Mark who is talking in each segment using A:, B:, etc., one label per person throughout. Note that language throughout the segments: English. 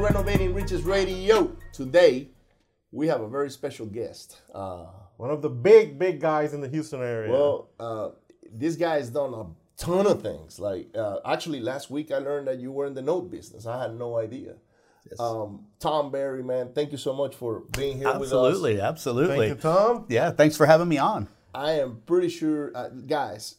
A: Renovating Riches Radio. Today, we have a very special guest. Uh,
B: One of the big, big guys in the Houston area.
A: well, uh, this guy has done a ton of things. Like, uh, actually, last week I learned that you were in the note business. I had no idea. Um, Tom Barry, man, thank you so much for being here with us.
C: Absolutely, absolutely.
B: thank you, Tom.
C: Yeah, thanks for having me on.
A: I am pretty sure, uh, guys.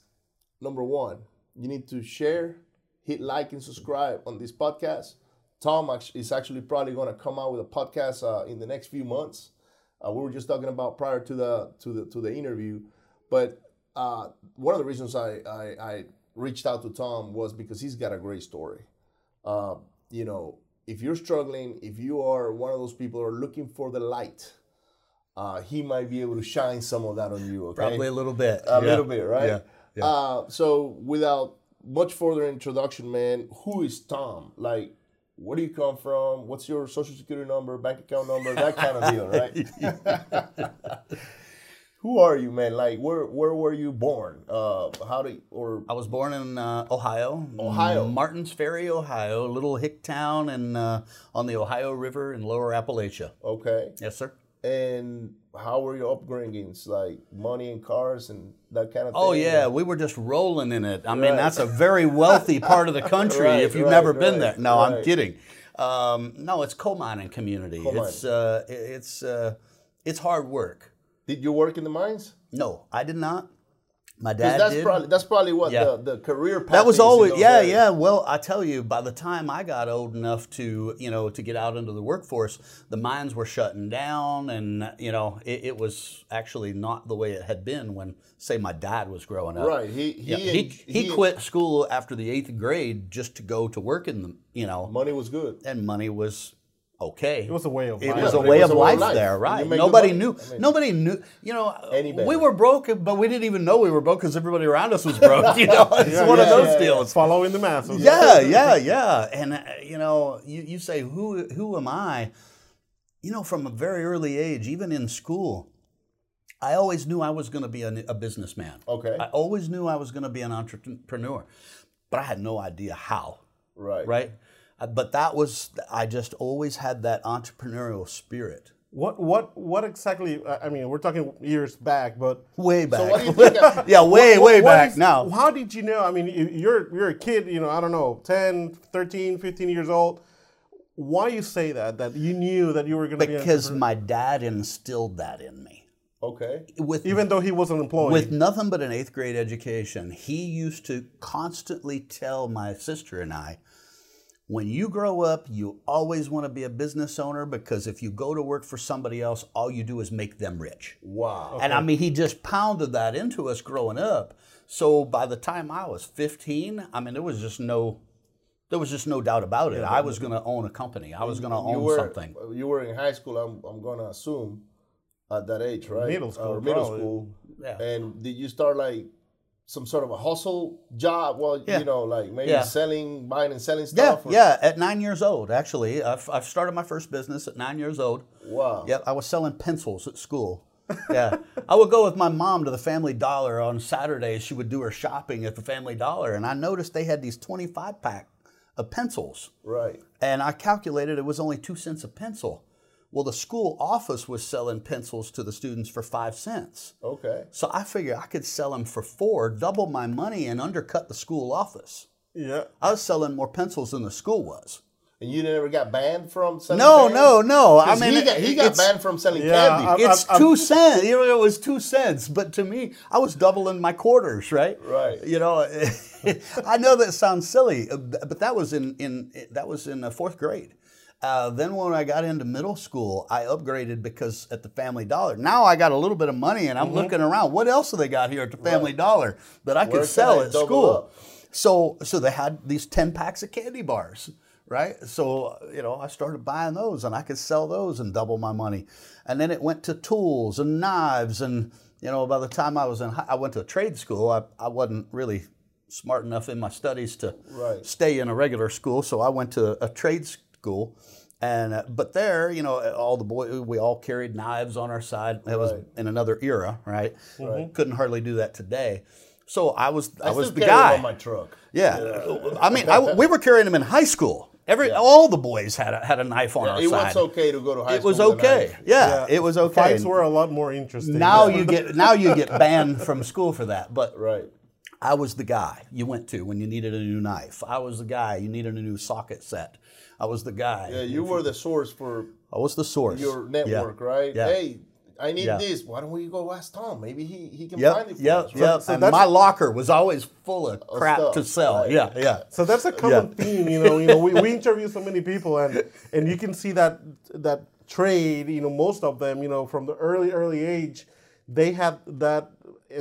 A: Number one, you need to share, hit like, and subscribe on this podcast. Tom act- is actually probably going to come out with a podcast uh, in the next few months. Uh, we were just talking about prior to the to the to the interview, but uh, one of the reasons I, I I reached out to Tom was because he's got a great story uh, you know, if you're struggling, if you are one of those people who are looking for the light, uh, he might be able to shine some of that on you. Okay?
C: Probably a little bit.
A: a little bit, right?
C: Yeah. yeah.
A: Uh, so, without much further introduction, man, who is Tom? Like, where do you come from? What's your social security number, bank account number, that kind of deal, right? who are you, man? Like, where where were you born? Uh, how do you, or
C: I was born in uh, Ohio,
A: Ohio.
C: Martins Ferry, Ohio, a little hick town, and uh, on the Ohio River in Lower Appalachia.
A: okay?
C: Yes, sir.
A: and how were your upbringings like money and cars and that kind of thing
C: Oh yeah, we were just rolling in it. I mean, that's a very wealthy part of the country
A: Right,
C: if you've
A: right,
C: never been
A: right,
C: there. No, I'm
A: right.
C: kidding. Um, no, it's coal mining community.
A: mining.
C: it's uh, it- it's uh, it's hard work.
A: did you work in the mines
C: No, I did not. My
A: 'Cause
C: dad
A: that's
C: did.
A: probably that's probably what
C: Yeah.
A: the, the career path
C: that was
A: is in
C: always
A: those
C: yeah
A: areas.
C: yeah well i tell you by the time i got old enough to you know to get out into the workforce the mines were shutting down and uh, you know it, it was actually not the way it had been when say my dad was growing up
A: right he he,
C: Yeah, he,
A: en-
C: he quit school after the eighth grade just to go to work in the you know
A: money was good
C: and money was okay
B: It was a way of
C: it
B: life.
C: was a
A: but it
C: way
A: was
C: of
A: a way
C: life,
A: of life.
C: there,
A: You
C: right?
A: make good
C: Nobody
A: money.
C: knew.
A: I mean-
C: nobody knew. You know,
A: Anybody.
C: we were broke, but we didn't even know we were broke because everybody around us was broke. You know, it's one of
A: yeah,
C: those
A: yeah, yeah.
C: deals.
B: Following the masses.
C: Yeah, yeah, yeah. And uh, you know, you, you say who who am I? You know, from a very early age, even in school, I always knew I was going to be a, a businessman.
A: Okay.
C: I always knew I was going to be an entrepreneur, but I had no idea how
A: right
C: right? Uh, But that was I just always had that entrepreneurial spirit.
B: What, what, what exactly? I I mean, we're talking years back, but.
C: Way back.
A: what do you think of-
C: yeah, way
B: What-
C: way
B: what
C: back
B: is-
C: now.
B: How did you know? I mean, you- you're, you're a kid, you know, I don't know, 10, 13, 15 years old. Why you say that? That you knew that you were going to be. an
C: because
B: entrepreneur?
C: my dad instilled that in me.
A: okay
C: With
B: Even though he wasn't employed.
C: with nothing but an 8th grade education, he used to constantly tell my sister and I when you grow up, you always want to be a business owner because if you go to work for somebody else, all you do is make them rich.
A: wow
C: And I mean, he just pounded that into us growing up. So by the time I was 15, I mean, there was just no, there was just no doubt about it. I was going to own a company. I was going to
A: you
C: own
A: were
C: something.
A: you were in high school I'm, I'm gonna assume at that age right
B: Middle school,
A: or middle
B: probably.
A: school
C: Yeah.
A: and did you start like some sort of a hustle job well
C: Yeah.
A: you know like maybe
C: Yeah.
A: selling buying and selling
C: Yeah,
A: stuff or-
C: yeah. At nine years old, actually, I've, I've started my first business at nine years old.
A: wow
C: Yep, I was selling pencils at school. Yeah, I would go with my mom to the Family Dollar on Saturdays. She would do her shopping at the Family Dollar, and I noticed they had these twenty-five pack of pencils.
A: right
C: and I calculated it was only two cents a pencil. Well, the school office was selling pencils to the students for five cents.
A: okay
C: So I figured I could sell them for four, double my money, and undercut the school office.
B: yeah.
C: I was selling more pencils than the school was.
A: And you never got banned from selling
C: No,
A: candy?
C: no, no. I
A: 'Cause
C: mean,
A: he got, he got
C: it's-
A: banned from selling
B: Yeah,
A: candy.
B: I-
C: It's
B: I've- I've-
C: two cents. You know, it was two cents. But to me, I was doubling my quarters, right?
A: Right.
C: You know, I know that sounds silly, uh, but that was in in that was in uh, fourth grade. Uh, then when I got into middle school, I upgraded because at the Family Dollar. Now I got a little bit of money, and I'm looking around. What else do they got here at the Family Dollar that I
A: Where
C: could
A: can
C: sell
A: I
C: at
A: double
C: school?
A: up?
C: So so they had these 10 packs of candy bars, right? So, you know, I started buying those and I could sell those and double my money. And then it went to tools and knives and you know, by the time I was in hi- I went to trade school, I, I wasn't really smart enough in my studies to
A: Right.
C: stay in a regular school, so I went to a trade school. And uh, but there, you know, all the boys we all carried knives on our side. That was
A: Right.
C: in another era, right?
A: Right.
C: Couldn't hardly do that today. So I was I,
A: I
C: was
A: still
C: the
A: carry 'em
C: guy.
A: on my truck.
C: Yeah. I mean, I, we were carrying them in high school. Every all the boys had a, had a knife on our
A: It
C: side.
A: was okay to go to high
C: It
A: school.
C: was
A: with a
C: okay.
A: knife.
C: Yeah, it was okay.
B: Fights were a lot more interesting.
C: now you get now you get banned from school for that. But
A: Right.
C: I was the guy you went to when you needed a new knife. I was the guy you needed a new socket set. I was the guy.
A: Yeah, you were the source for
C: I was the source.
A: your network,
C: yeah.
A: right?
C: Yeah.
A: Hey, I need
C: Yeah.
A: this. Why don't we go ask Tom? Maybe he, he can
C: Yep,
A: find it for
C: yep,
A: us. right?
C: yep.
B: So
C: and
B: that's-
C: my locker was always full of crap
A: stuff,
C: to sell.
A: right.
C: Yeah, yeah.
B: So that's a common theme, you know. You know, we, we interview so many people, and and you can see that that trade, you know, most of them, you know, from the early early age, they had that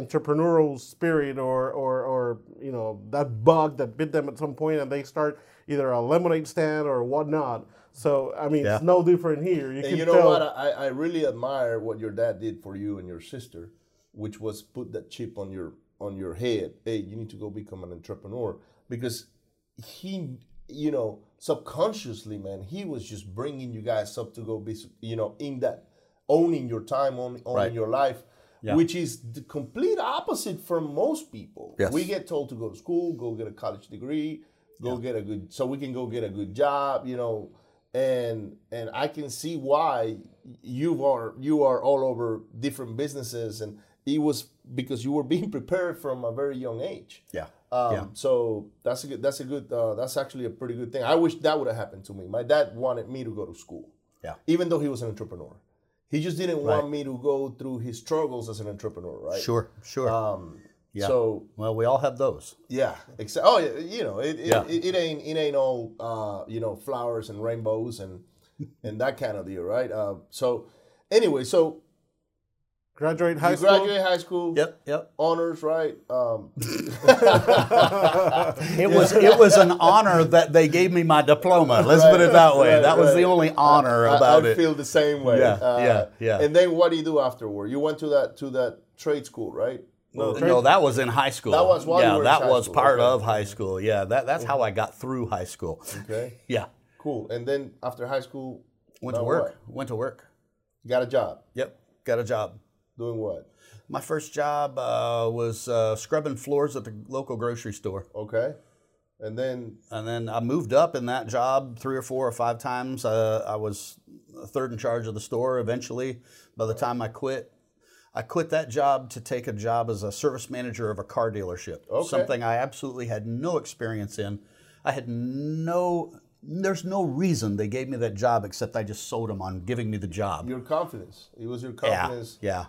B: entrepreneurial spirit or or or you know that bug that bit them at some point, and they start either a lemonade stand or whatnot. So I mean, it's
C: Yeah.
B: no different here. You
A: And
B: can
A: you know
B: tell.
A: what? I, I really admire what your dad did for you and your sister, which was put that chip on your on your head. Hey, you need to go become an entrepreneur because he, you know, subconsciously, man, he was just bringing you guys up to go be, su- you know, in that owning your time, owning, owning
C: Right.
A: your life. Which is the complete opposite from most people.
C: Yes.
A: We get told to go to school, go get a college degree, go get a good, so we can go get a good job, you know, and and I can see why you are you are all over different businesses, and it was because you were being prepared from a very young age.
C: Yeah.
A: Um,
C: Yeah.
A: So that's a good. That's a good. Uh, that's actually a pretty good thing. I wish that would have happened to me. My dad wanted me to go to school.
C: Yeah.
A: Even though he was an entrepreneur, he just didn't want me to go through his struggles as an entrepreneur. Right.
C: Sure, sure.
A: Um,
C: yeah.
A: So
C: well, we all have those.
A: yeah, except oh, yeah, you know, it it,
C: Yeah.
A: it it ain't it ain't all uh, you know flowers and rainbows and and that kind of deal, right? Uh, so anyway, so
B: graduate high
A: you
B: school.
A: graduate high school,
C: Yep, yep.
A: honors, right? Um,
C: It was it was an honor that they gave me my diploma. Let's put it that way.
A: Right,
C: that was the
A: right.
C: only honor
A: I-
C: about
A: I,
C: it.
A: feel the same way.
C: Yeah,
A: Uh,
C: yeah, yeah.
A: And then what do you do afterward? You went to that to that trade school, right?
B: No,
A: Or-
C: no, that was in high school.
A: That was while you
C: yeah,
A: were in
C: that
A: high
C: was
A: school.
C: part
A: Okay.
C: of high school. Yeah, that that's how I got through high school.
A: okay,
C: Yeah,
A: cool. And then after high school,
C: went to
A: Now
C: work. Went to work.
A: got a job
C: Yep, got a job.
A: doing what?
C: My first job uh, was uh, scrubbing floors at the local grocery store,
A: Okay, and then
C: and then I moved up in that job three or four or five times. Uh, I was third in charge of the store. Eventually, by the time I quit, I quit that job to take a job as a service manager of a car dealership.
A: Okay.
C: Something I absolutely had no experience in. I had no. There's no reason they gave me that job except I just sold them on giving me the job.
A: your confidence. It was your
C: Yeah,
A: confidence.
C: yeah.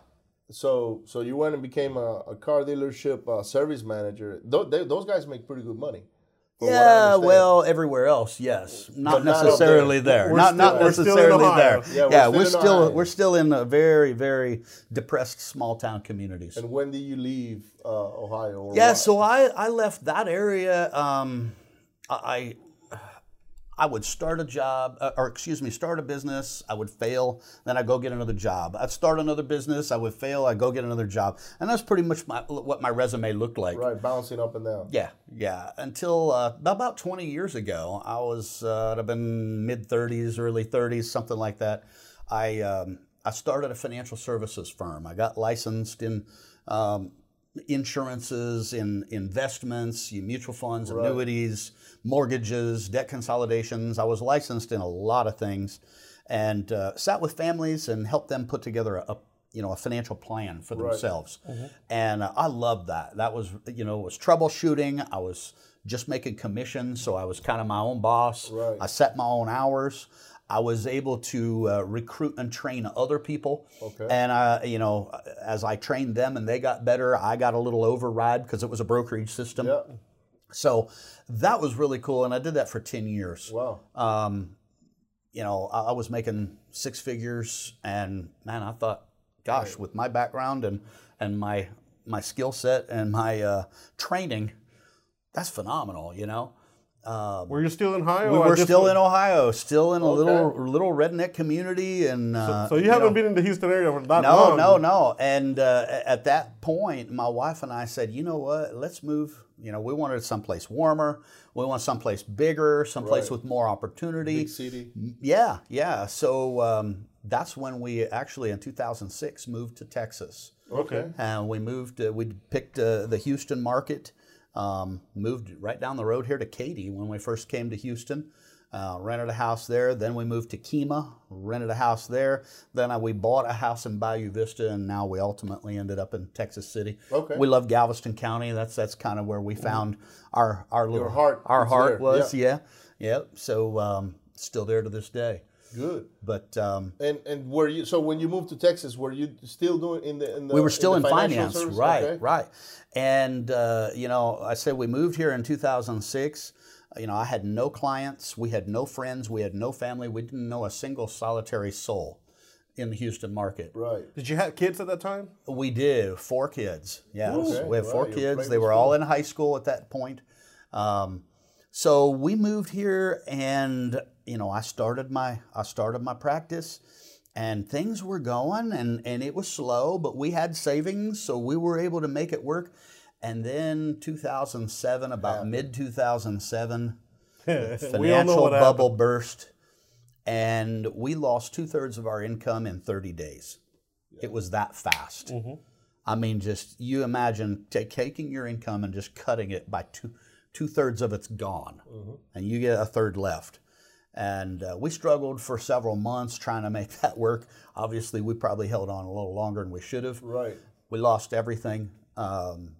A: So, so you went and became a, a car dealership uh, service manager. Tho- they, those guys make pretty good money. from what I
C: Yeah,
A: understand.
C: well, everywhere else, yes, not
A: not up
C: necessarily there.
B: We're
C: Not
B: still-
C: not
B: we're still in
C: necessarily
B: Ohio.
C: there.
A: Yeah, we're still
C: Yeah, we're
A: in Ohio.
C: still we're still in a very very depressed small town communities.
A: And when did you leave uh, Ohio? Or
C: Yeah,
A: what-
C: so I I left that area. Um, I. I- I would start a job, uh, or excuse me, start a business. I would fail, then I go get another job. I'd start another business. I would fail. I go get another job, and that's pretty much my, what my resume looked like.
A: Right, bouncing up and down.
C: Yeah, yeah. Until uh, about 20 years ago, I was uh, I'd have been mid 30s, early 30s, something like that. I um, I started a financial services firm. I got licensed in um, insurances, in investments, in mutual funds, annuities, mortgages, debt consolidations. I was licensed in a lot of things, and uh, sat with families and helped them put together a, a you know a financial plan for themselves
A: Mm-hmm.
C: and uh, i loved that that was you know it was troubleshooting i was just making commissions so i was kind of my own boss
A: Right.
C: i set my own hours i was able to uh, recruit and train other people
A: Okay.
C: and i you know uh, as i trained them and they got better i got a little override because it was a brokerage system
A: Yeah.
C: so that was really cool and i did that for 10 years
A: Wow.
C: Uh, you know, I, I was making six figures, and man, I thought, gosh, with my background and and my my skill set and my uh, training, that's phenomenal. You know,
B: Were you still in high?
C: we were still in Ohio, still in a
A: Okay.
C: little little redneck community, and uh,
B: So you haven't been in the Houston area for that
C: no,
B: long.
C: no, no. And uh, a- at that point, my wife and I said, you know what? Let's move. You know, we wanted someplace warmer. We want someplace bigger, someplace
A: Right.
C: with more opportunity.
A: Big city.
C: Yeah, yeah. So um, that's when we actually, in 2006, moved to Texas.
A: Okay.
C: And we moved, uh, we picked uh, the Houston market, um, moved right down the road here to Katy when we first came to Houston. Uh, rented a house there. Then we moved to Kima, rented a house there. Then I, we bought a house in Bayou Vista, and now we ultimately ended up in Texas City.
A: Okay. Mm-hmm.
C: We love Galveston County. That's that's kind of where we found our our little
A: heart
C: Our
A: is
C: heart
A: there.
C: was yeah, yeah. So um, still there to this day.
A: Good.
C: But um,
A: And and were you so when you moved to Texas, were you still doing in the uh, in the
C: we were still
A: the
C: in,
A: financial
C: finance,
A: service?
C: right?
A: Okay.
C: Right. And uh, you know, I said we moved here in 2006. You know, I had no clients, we had no friends, we had no family, we didn't know a single solitary soul in the Houston market.
A: Right.
B: Did you have kids at that time?
C: We did four kids. Yeah,
A: Okay,
C: we have
A: wow,
C: four
A: your
C: kids.
A: plate
C: They
A: was
C: were all in high school at that point. Um, so we moved here, and you know, I started my I started my practice, and things were going, and and it was slow, but we had savings, so we were able to make it work. And then 2007, about mid 2007,
B: we all know
C: financial
B: what happened.
C: bubble burst, and we lost two thirds of our income in 30 days. It was that fast.
B: Mm-hmm.
C: I mean, just you imagine ta- taking your income and just cutting it by two two thirds of it's gone,
B: Mm-hmm.
C: and you get a third left. And uh, we struggled for several months trying to make that work. Obviously, we probably held on a little longer than we should have.
A: Right.
C: We lost everything. Um,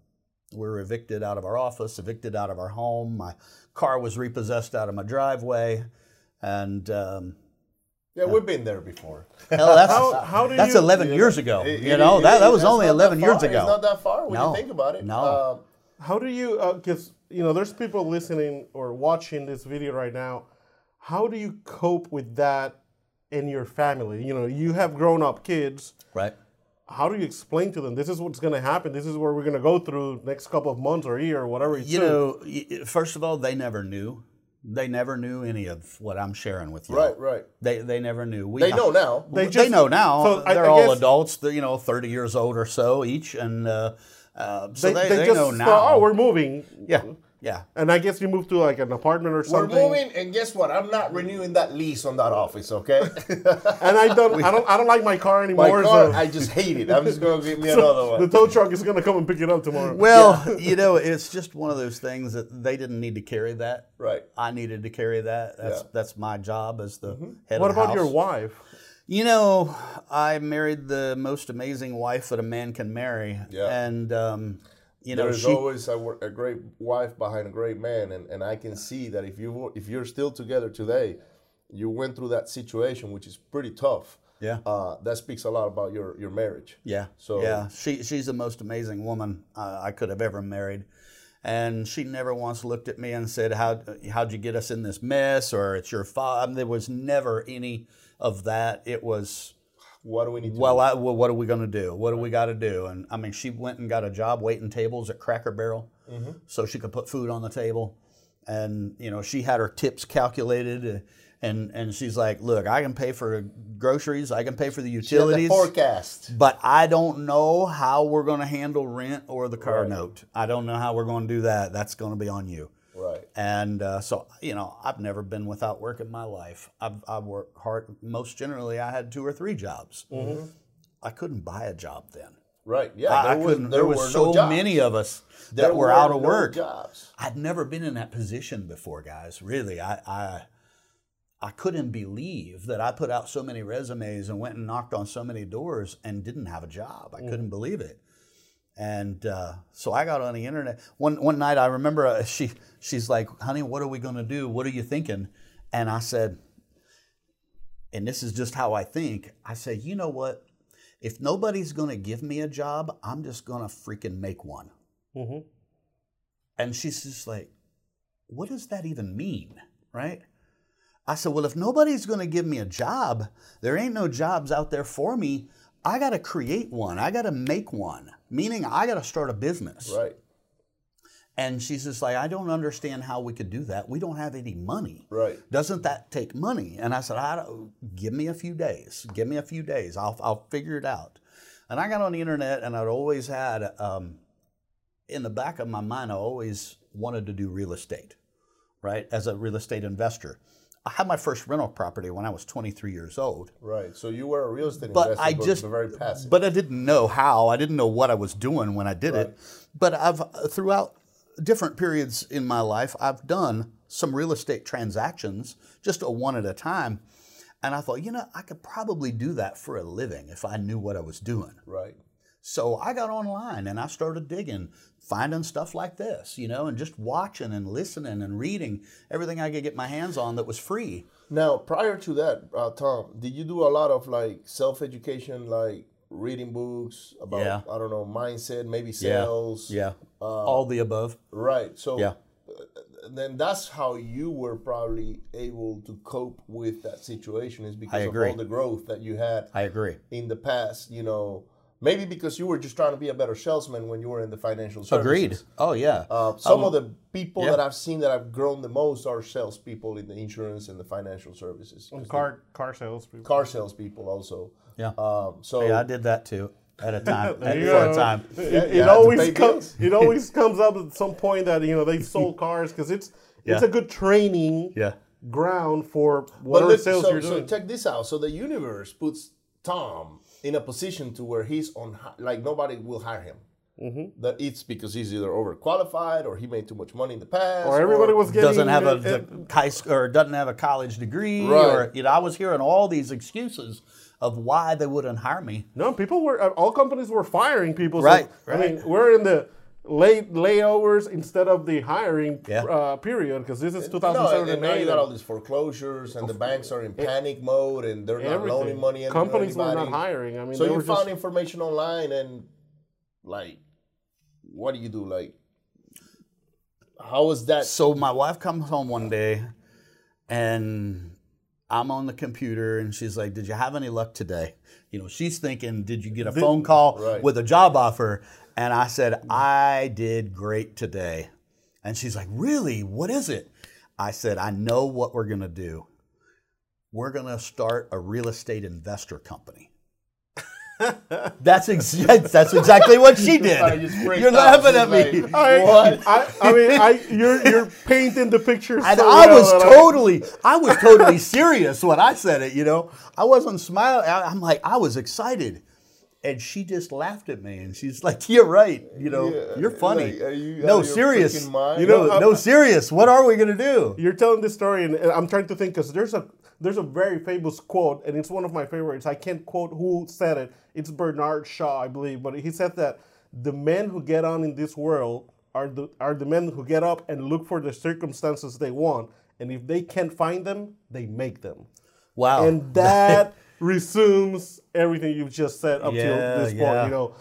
C: we were evicted out of our office, evicted out of our home. My car was repossessed out of my driveway, and um,
A: Yeah, we've been there before.
C: hell, that's
B: How- how do
C: that's
B: you-
C: 11 years ago.
A: It-
C: you
A: it-
C: know
A: it-
C: that, that
A: it-
C: was
A: that's
C: only
A: not that
C: 11 years
A: far.
C: ago.
A: It's not that far when
C: No.
A: you think about it.
C: No.
A: Um,
B: How do you? Because you know, there's people listening or watching this video right now. How do you cope with that in your family? You know, you have grown-up kids.
C: right.
B: How do you explain to them this is what's going to happen? This is where we're going to go through next couple of months or year or whatever. It
C: You
B: took?
C: know, y- y- first of all, they never knew. They never knew any of what I'm sharing with you.
A: right, right.
C: They they never knew. We
A: They know now.
C: They,
B: just-
C: know now.
B: so I-
C: they're
B: I
C: all
B: guess-
C: adults. They're, you know, thirty years old or so each, and uh, uh, so
B: they,
C: they,
B: they
C: they
B: just
C: know
B: thought,
C: now.
B: oh, we're moving.
C: yeah, yeah.
B: And I guess you moved to like an apartment or
A: We're
B: something.
A: moving, and guess what? I'm not renewing that lease on that office. Okay,
B: And I don't, I don't, I don't like my car
A: my car,
B: anymore. so
A: I just hate it. I'm just gonna get me another one.
B: the tow truck is gonna come and pick it up tomorrow.
C: Well, you know, it's just one of those things that they didn't need to carry that.
A: Right.
C: I needed to carry that. That's
A: Yeah. Mm-hmm.
C: that's my job as the head.
B: what
C: of the
B: about your
C: house.
B: wife?
C: You know, I married the most amazing wife that a man can marry.
A: Yeah.
C: And um, you know,
A: There's
C: she
A: always a, wor- a great wife behind a great man, and, and I can see that if you were- if you're still together today, you went through that situation, which is pretty tough.
C: Yeah.
A: uh, that speaks a lot about your your marriage.
C: Yeah.
A: So-
C: yeah, she she's the most amazing woman uh, I could have ever married, and she never once looked at me and said how how'd you get us in this mess or it's your fault. I mean, there was never any of that. It was
A: What do we need? to
C: well, I, well what are we going to do? What do we got to do? And I mean, she went and got a job waiting tables at Cracker Barrel, so she could put food on the table, and you know she had her tips calculated. uh, And, and she's like, look, I can pay for groceries, I can pay for the
A: do?
C: utilities
A: the forecast.
C: but I don't know how we're going to handle rent or the car note. I don't know how we're going to do that. That's going to be on you.
A: Right.
C: And uh, so, you know, I've never been without work in my life. I've, I've worked hard. Most generally, I had two or three jobs.
A: Mm-hmm.
C: I couldn't buy a job then.
A: Right. Yeah.
C: I, I
A: was-
C: couldn't. There, were,
A: no
C: so
A: jobs.
C: many of us
A: There
C: that were, out of
A: no
C: work.
A: Jobs.
C: I'd never been in that position before, guys. Really, I, I I couldn't believe that I put out so many resumes and went and knocked on so many doors and didn't have a job. I couldn't believe it. And uh, so I got on the internet one one night. I remember uh, she she's like, "Honey, what are we gonna do? What are you thinking?" And I said, and this is just how I think. I said, "You know what? If nobody's gonna give me a job, I'm just gonna freaking make one."
B: Mhm.
C: And she's just like, what does that even mean? Right? I said, well, if nobody's going to give me a job, there ain't no jobs out there for me. I got to create one. I got to make one, meaning I got to start a business.
A: Right.
C: And she's just like, I don't understand how we could do that. We don't have any money.
A: Right.
C: Doesn't that take money? And I said, I don't, give me a few days. Give me a few days. I'll, I'll figure it out. And I got on the internet and I'd always had, um, in the back of my mind, I always wanted to do real estate, right? As a real estate investor. I had my first rental property when I was 23 years old.
A: Right. So you were a real estate
C: But
A: investor,
C: I
A: but
C: just-
A: very passive.
C: But I didn't know how. I didn't know what I was doing uh, when I did it. But I've throughout different periods in my life, I've done some real estate transactions, just a one at a time. And I thought, you know, I could probably do that for a living if I knew what I was doing.
A: Right.
C: So I got online and I started digging, finding stuff like this, you know, and just watching and listening and reading everything I could get my hands on that was free.
A: Now, prior to that, uh, Tom, did you do a lot of like self education, like reading books about,
C: Yeah.
A: I don't know, mindset, maybe sales?
C: Yeah. All the above.
A: Right. So
C: uh, Yeah.
A: uh, then that's how you were probably able to cope with that situation is because of
C: agree.
A: all the growth that you had
C: I agree.
A: in the past, you know, maybe because you were just trying to be a better salesman when you were in the financial services.
C: Agreed. Oh, yeah.
A: Uh, some of the people that I've seen that I've grown the most are salespeople in the insurance and the financial services. 'cause
B: Car car sales people.
A: car salespeople also.
C: yeah.
A: Um, so
C: yeah, I did that too at a time. at
B: you
C: one
B: go.
C: time.
B: It,
A: Yeah,
B: it
A: you had to pay
B: always
A: bills.
B: comes. It always comes up at some point that you know they sold cars because it's it's a
C: Yeah.
B: good training
C: Yeah.
B: ground for
A: but
B: whatever
A: look,
B: sales
A: so,
B: you're
A: so
B: doing.
A: check this out. So the universe puts Tom in a position to where he's on hi- like nobody will hire him.
B: Mm-hmm.
A: That it's because he's either overqualified or he made too much money in the past,
B: or everybody was getting
C: doesn't have a,
B: uh, uh,
C: the high sc- or doesn't have a college degree
A: Right.
C: or you know I was hearing all these excuses of why they wouldn't hire me.
B: No, people were uh, all companies were firing people. so-
C: Right,
B: I mean, we're in the late layovers instead of the hiring
C: Yeah.
B: uh, period because this is
A: No,
B: 2007
A: and, and
B: and
A: now you
B: 8,
A: got all
B: and
A: these foreclosures, and the banks are in panic mode, and they're not
B: everything.
A: loaning money. And
B: companies were not
A: anybody.
B: hiring. I mean,
A: So
B: they
A: you
B: were
A: found
B: just,
A: information online, and like, what do you do? Like, how was that?
C: So my wife comes home one day and I'm on the computer and she's like, "Did you have any luck today?" You know, she's thinking, "Did you get a phone call
A: Right.
C: with a job offer?" And I said, "I did great today." And she's like, "Really? What is it?" I said, "I know what we're going to do. We're going to start a real estate investor company." that's exact. That's exactly what she
A: I
C: did.
A: just freaked
C: You're
A: out.
C: laughing at
A: She's
C: me.
A: like,
B: I,
A: What?
B: I, I mean, I, you're you're painting the picture.
C: And
B: so
C: I
B: well
C: was
B: that I-
C: totally, I was totally serious when I said it. You know, I wasn't smiling. I, I'm like, I was excited, and she just laughed at me, and she's like, "You're right. You know,
A: Yeah,
C: you're funny.
A: like, are you out
C: no,
A: of your
C: serious.
A: freaking mind?
C: You
A: You
C: know,
B: know,
C: no,
B: I-
C: no, serious. What are we gonna do?
B: you're telling this story, and and I'm trying to think because there's a there's a very famous quote, and it's one of my favorites. I can't quote who said it. It's Bernard Shaw, I believe, but he said that the men who get on in this world are the are the men who get up and look for the circumstances they want, and if they can't find them, they make them.
C: Wow.
B: And that resumes everything you've just said up till
C: Yeah,
B: this point.
C: yeah.
B: You know.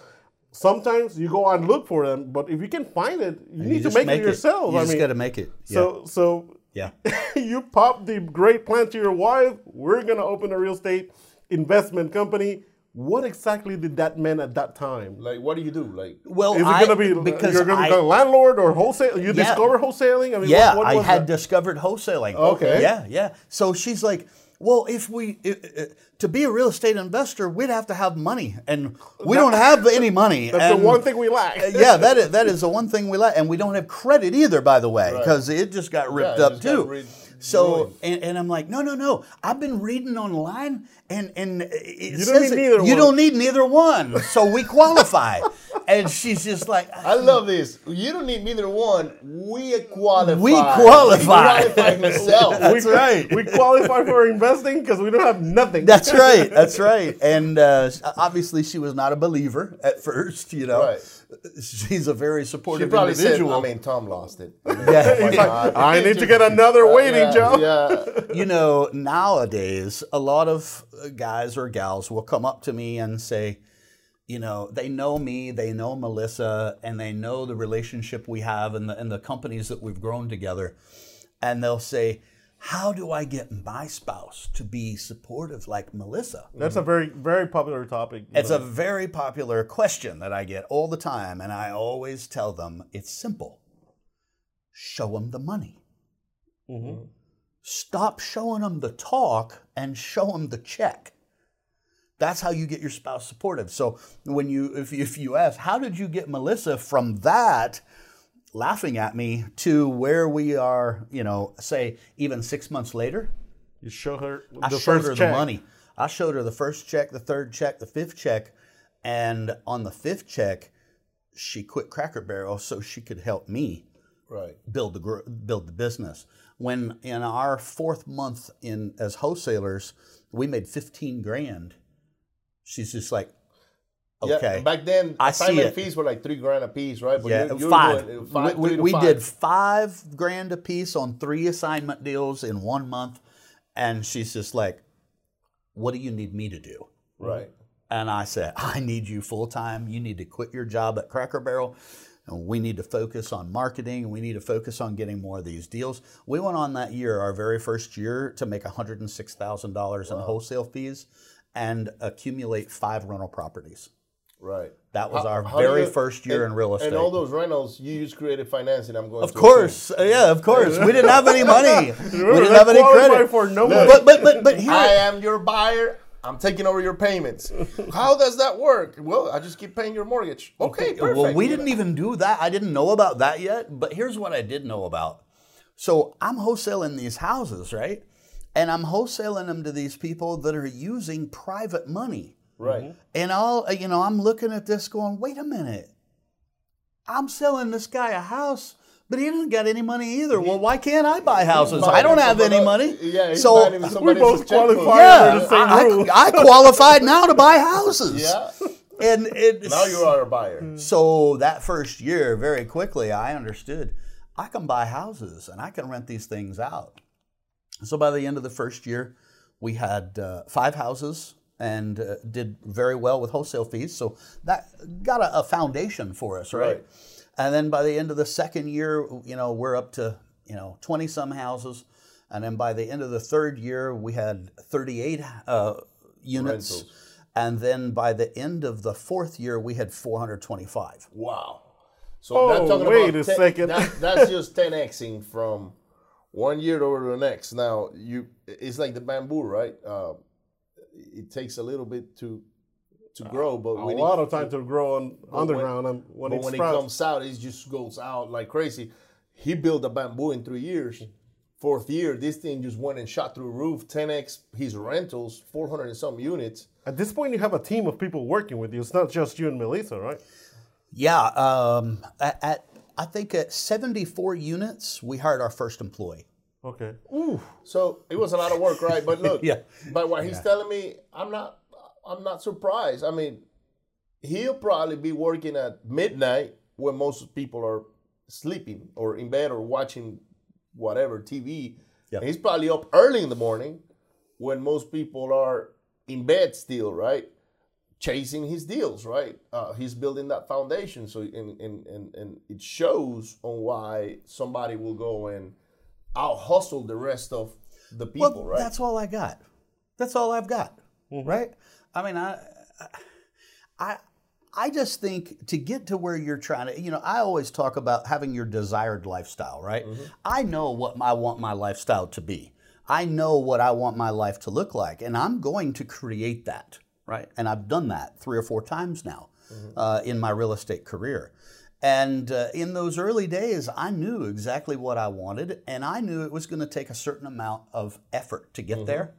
B: Sometimes you go and look for them, but if you can find it, you need to
C: just
B: make, it yourself.
C: You
B: I
C: just
B: mean,
C: gotta make it. Yeah.
B: so so
C: yeah.
B: you pop the great plan to your wife. We're gonna open a real estate investment company. What exactly did that mean at that time?
A: Like, what do you do? Like,
C: Well,
B: Is it
C: Oh, I-
B: gonna be
C: because
B: you're gonna
C: I-
B: be a landlord or wholesale? You
C: Yeah.
B: discover wholesaling? I mean,
C: yeah,
B: what, what
C: I
B: was
C: had
B: that?
C: discovered wholesaling.
B: Okay.
C: Yeah, yeah. So she's like, well, if we i i- to be a real estate investor, we'd have to have money, and we don't have any money.
B: That's
C: and-
B: the one thing we lack.
C: Uh, yeah, that is, that is the one thing we lack, and we don't have credit either, by the way, because it just got ripped
A: it
C: up
A: just got
C: too.
A: rid-
C: so,
A: ruined.
C: and, and I'm like, no, no, no. I've been reading online, and and it
B: don't
C: you says
B: need
C: it-
B: neither
C: you
B: one.
C: don't need neither one, so we qualify. and she's just like,
A: I love this. You don't need neither one. We qualify.
C: We qualify.
A: We qualify himself.
C: that's
B: we,
C: right.
B: We qualify for investing because we don't have nothing.
C: That's right. That's right. And uh, obviously, she was not a believer at first. You know,
A: Right.
C: she's a very supportive
A: She probably said,
C: individual.
A: I mean, Tom lost it.
C: Yeah.
B: I need to get another waiting
A: yeah,
B: job.
A: Yeah.
C: you know, nowadays, a lot of uh, guys or gals will come up to me and say, you know, they know me, they know Melissa, and they know the relationship we have and the, and the companies that we've grown together. And they'll say, how do I get my spouse to be supportive like Melissa?
B: That's a very very popular topic. you
C: It's
B: know.
C: a very popular question that I get all the time, and I always tell them it's simple show them the money. Stop showing them the talk and show them the check. That's how you get your spouse supportive. So when you, if you, if you ask, how did you get Melissa from that laughing at me to where we are, you know, say even six months later?
B: you show her the
C: I showed
B: first
C: her
B: check.
C: the money. I showed her the first check, the third check, the fifth check, and on the fifth check, she quit Cracker Barrel so she could help me
A: Right.
C: build the gr- build the business. when in our fourth month in as wholesalers, we made 15 grand. She's just like,
A: Yeah,
C: okay.
A: Back then,
C: I see
A: assignment
C: it.
A: fees were like three grand a piece, right? But
C: yeah,
A: you're- you're
C: five.
A: doing, uh,
C: we
A: three to
C: we
A: five.
C: did five grand a piece on three assignment deals in one month, and she's just like, "What do you need me to do?"
A: right.
C: And I said, "I need you full time. You need to quit your job at Cracker Barrel, and we need to focus on marketing. and We need to focus on getting more of these deals." We went on that year, our very first year, to make one hundred and six thousand dollars in wholesale fees, and accumulate five rental properties.
A: Right.
C: That was our
A: How do
C: very
A: you-
C: first year
A: and-
C: in real estate.
A: And all those rentals, you use creative financing. I'm going.
C: Of course, Uh, yeah, of course. We didn't have any money. we didn't have any
B: qualify
C: credit.
B: for no money.
C: but but but but here,
A: I am your buyer. I'm taking over your payments. How does that work? Well, I just keep paying your mortgage. Okay, perfect.
C: well, we didn't even do that. I didn't know about that yet. But here's what I did know about. So I'm wholesaling these houses, right? And I'm wholesaling them to these people that are using private money.
A: Right.
C: And all uh, you know, I'm looking at this, going, "Wait a minute! I'm selling this guy a house." But he doesn't got any money either. Well, why can't I buy houses? I don't have any money.
A: Yeah, he's
C: so
A: buying him somebody
B: both
A: else's checkbook.
B: qualify
C: Yeah,
B: under the same
C: I, I-
B: rule.
C: I qualified now to buy houses.
A: Yeah.
C: And it,
A: Now you are a buyer.
C: Mm. Mm-hmm. so that first year, very quickly, I understood I can buy houses and I can rent these things out. So by the end of the first year, we had uh, five houses and uh, did very well with wholesale fees. So that got a, a foundation for us, right?
A: Right.
C: And then by the end of the second year, you know, we're up to you know twenty some houses, and then by the end of the third year, we had thirty eight uh, units.
A: Rentals.
C: And then by the end of the fourth year, we had 425.
A: Wow. So
B: Oh,
A: that's talking
B: wait
A: about
B: a second.
A: that- that's just 10xing from one year over to the next. Now you, it's like the bamboo, right? Uh, it takes a little bit to to grow, but
B: A
A: when
B: lot
A: it,
B: of time to grow on underground and when,
A: but
B: it
A: when it
B: sprouts.
A: comes out, it just goes out like crazy. He built a bamboo in three years. Fourth year, this thing just went and shot through the roof. 10x his rentals, 400 and some units.
B: At this point, you have a team of people working with you. It's not just you and Melissa, right?
C: Yeah, um, at, at I think at 74 units, we hired our first employee.
B: Okay. Ooh.
A: So it was a lot of work, right? But look,
C: Yeah.
A: But what he's telling me, I'm not, I'm not surprised. I mean, he'll probably be working at midnight when most people are sleeping or in bed or watching whatever TV.
C: Yeah.
A: And he's probably up early in the morning when most people are in bed still, right? Chasing his deals, right? Uh, he's building that foundation. So and and and and it shows on why somebody will go and out hustle the rest of the people,
C: well,
A: right?
C: That's all I got. That's all I've got.
B: Mm-hmm.
C: Right? I mean, I, I, I just think to get to where you're trying to, you know, I always talk about having your desired lifestyle, right? I know what I want my lifestyle to be. I know what I want my life to look like, and I'm going to create that, right? And I've done that three or four times now uh, in my real estate career. And uh, in those early days, I knew exactly what I wanted, and I knew it was going to take a certain amount of effort to get there.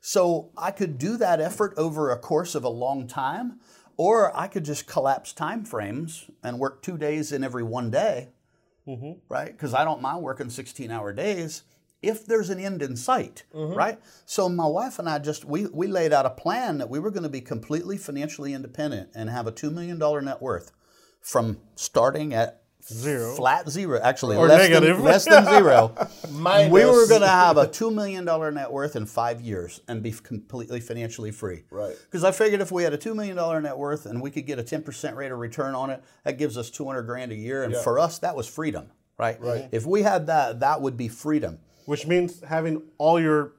C: So I could do that effort over a course of a long time, or I could just collapse time frames and work two days in every one day,
B: Mm-hmm.
C: right? Because I don't mind working 16 hour days if there's an end in sight,
B: Mm-hmm.
C: right? So my wife and I just, we, we laid out a plan that we were going to be completely financially independent and have a $2 million net worth from starting at
B: Zero.
C: flat zero, actually
B: Or
C: less
B: negative.
C: than, less than zero.
A: Minus-
C: We were going to have a $2 million net worth in five years and be completely financially free.
A: Right.
C: Because I figured if we had a $2 million net worth and we could get a 10% rate of return on it, that gives us 200 grand a year. And for us, that was freedom, right? Right. If we had that, that would be freedom.
B: Which means having all your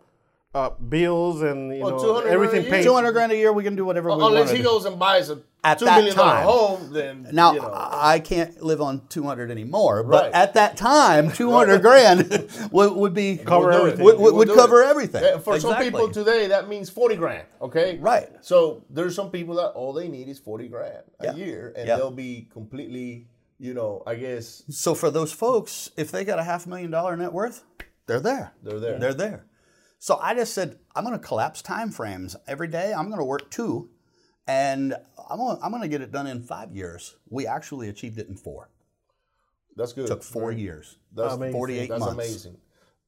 B: uh, bills and you
A: Well,
B: know
A: 200
B: everything
A: grand a
B: paid.
A: year.
C: 200 grand a year, we can do whatever we want.
A: Unless he goes and buys a
C: At
A: two
C: that
A: million dollar
C: time.
A: home, then
C: Now
A: you know,
C: I I can't live on 200 anymore, but
A: Right.
C: at that time, 200 grand would, would be
B: Cover
C: would,
B: everything.
C: would,
A: We'll
C: would
A: do
C: cover
A: it.
C: everything.
A: Uh, For some
C: Exactly.
A: people today, that means forty grand. Okay,
C: Right.
A: So there's some people that all they need is forty grand a
C: Yeah.
A: year, and
C: Yeah.
A: they'll be completely, you know, I guess
C: So for those folks, if they got a half million dollar net worth, they're there.
A: They're there.
C: They're there. So I just said I'm going to collapse time frames every day. I'm going to work two, and I'm going to, I'm going to get it done in five years. We actually achieved it in four.
A: that's good.
C: Took four years.
A: That's
B: Amazing.
C: Forty eight
A: That's
C: months.
A: amazing.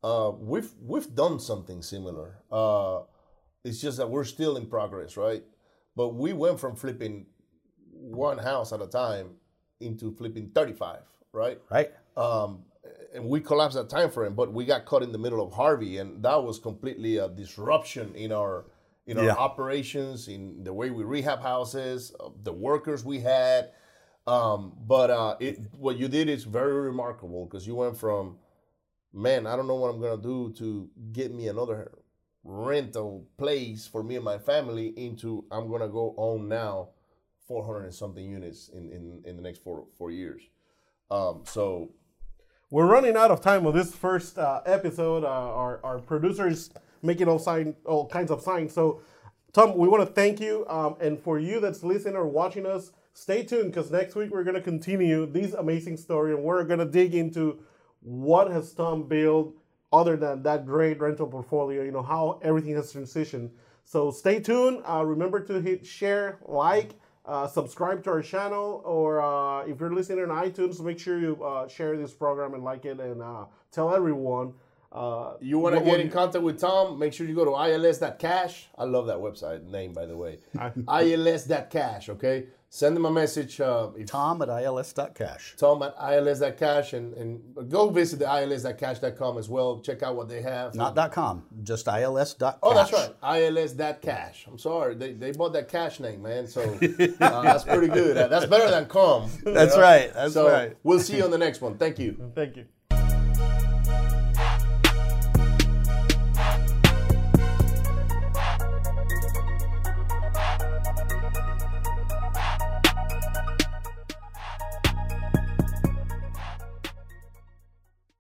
A: uh, we've we've done something similar. Uh, it's just that we're still in progress, right? But we went from flipping one house at a time into flipping thirty-five, right?
C: right?
A: um, and we collapsed that time frame, but we got caught in the middle of Harvey, and that was completely a disruption in our in our
C: Yeah.
A: operations, in the way we rehab houses, uh, the workers we had. Um, but uh, it, what you did is very remarkable because you went from, man, I don't know what I'm gonna do to get me another rental place for me and my family into I'm gonna go own now 400 and something units in in, in the next four four years. Um, so
B: We're running out of time on this first uh, episode. Uh, our, our producers making all sign all kinds of signs. So, Tom, we want to thank you, um, and for you that's listening or watching us, stay tuned because next week we're gonna continue this amazing story, and we're gonna dig into what has Tom built other than that great rental portfolio. You know how everything has transitioned. So stay tuned. Uh, remember to hit share, like uh, subscribe to our channel, or uh, if you're listening on iTunes, make sure you uh, share this program and like it and uh, tell everyone. Uh,
A: You want to
B: what-
A: get
B: what
A: in contact with Tom? Make sure you go to ils.cash. I love that website name, by the way. ils.cash, okay? Send them a message. Uh, if
C: Tom at ils.cash.
A: Tom at ils.cash and, and go visit the ils.cash.com as well. Check out what they have.
C: Not dot .com, just ils.cash.
A: Oh, that's right. ils.cash. I'm sorry. They, they bought that cash name, man. So uh, that's pretty good. That's better than com. you
C: That's
A: know?
C: right. That's
A: so
C: right.
A: we'll see you on the next one. Thank you.
B: Thank you.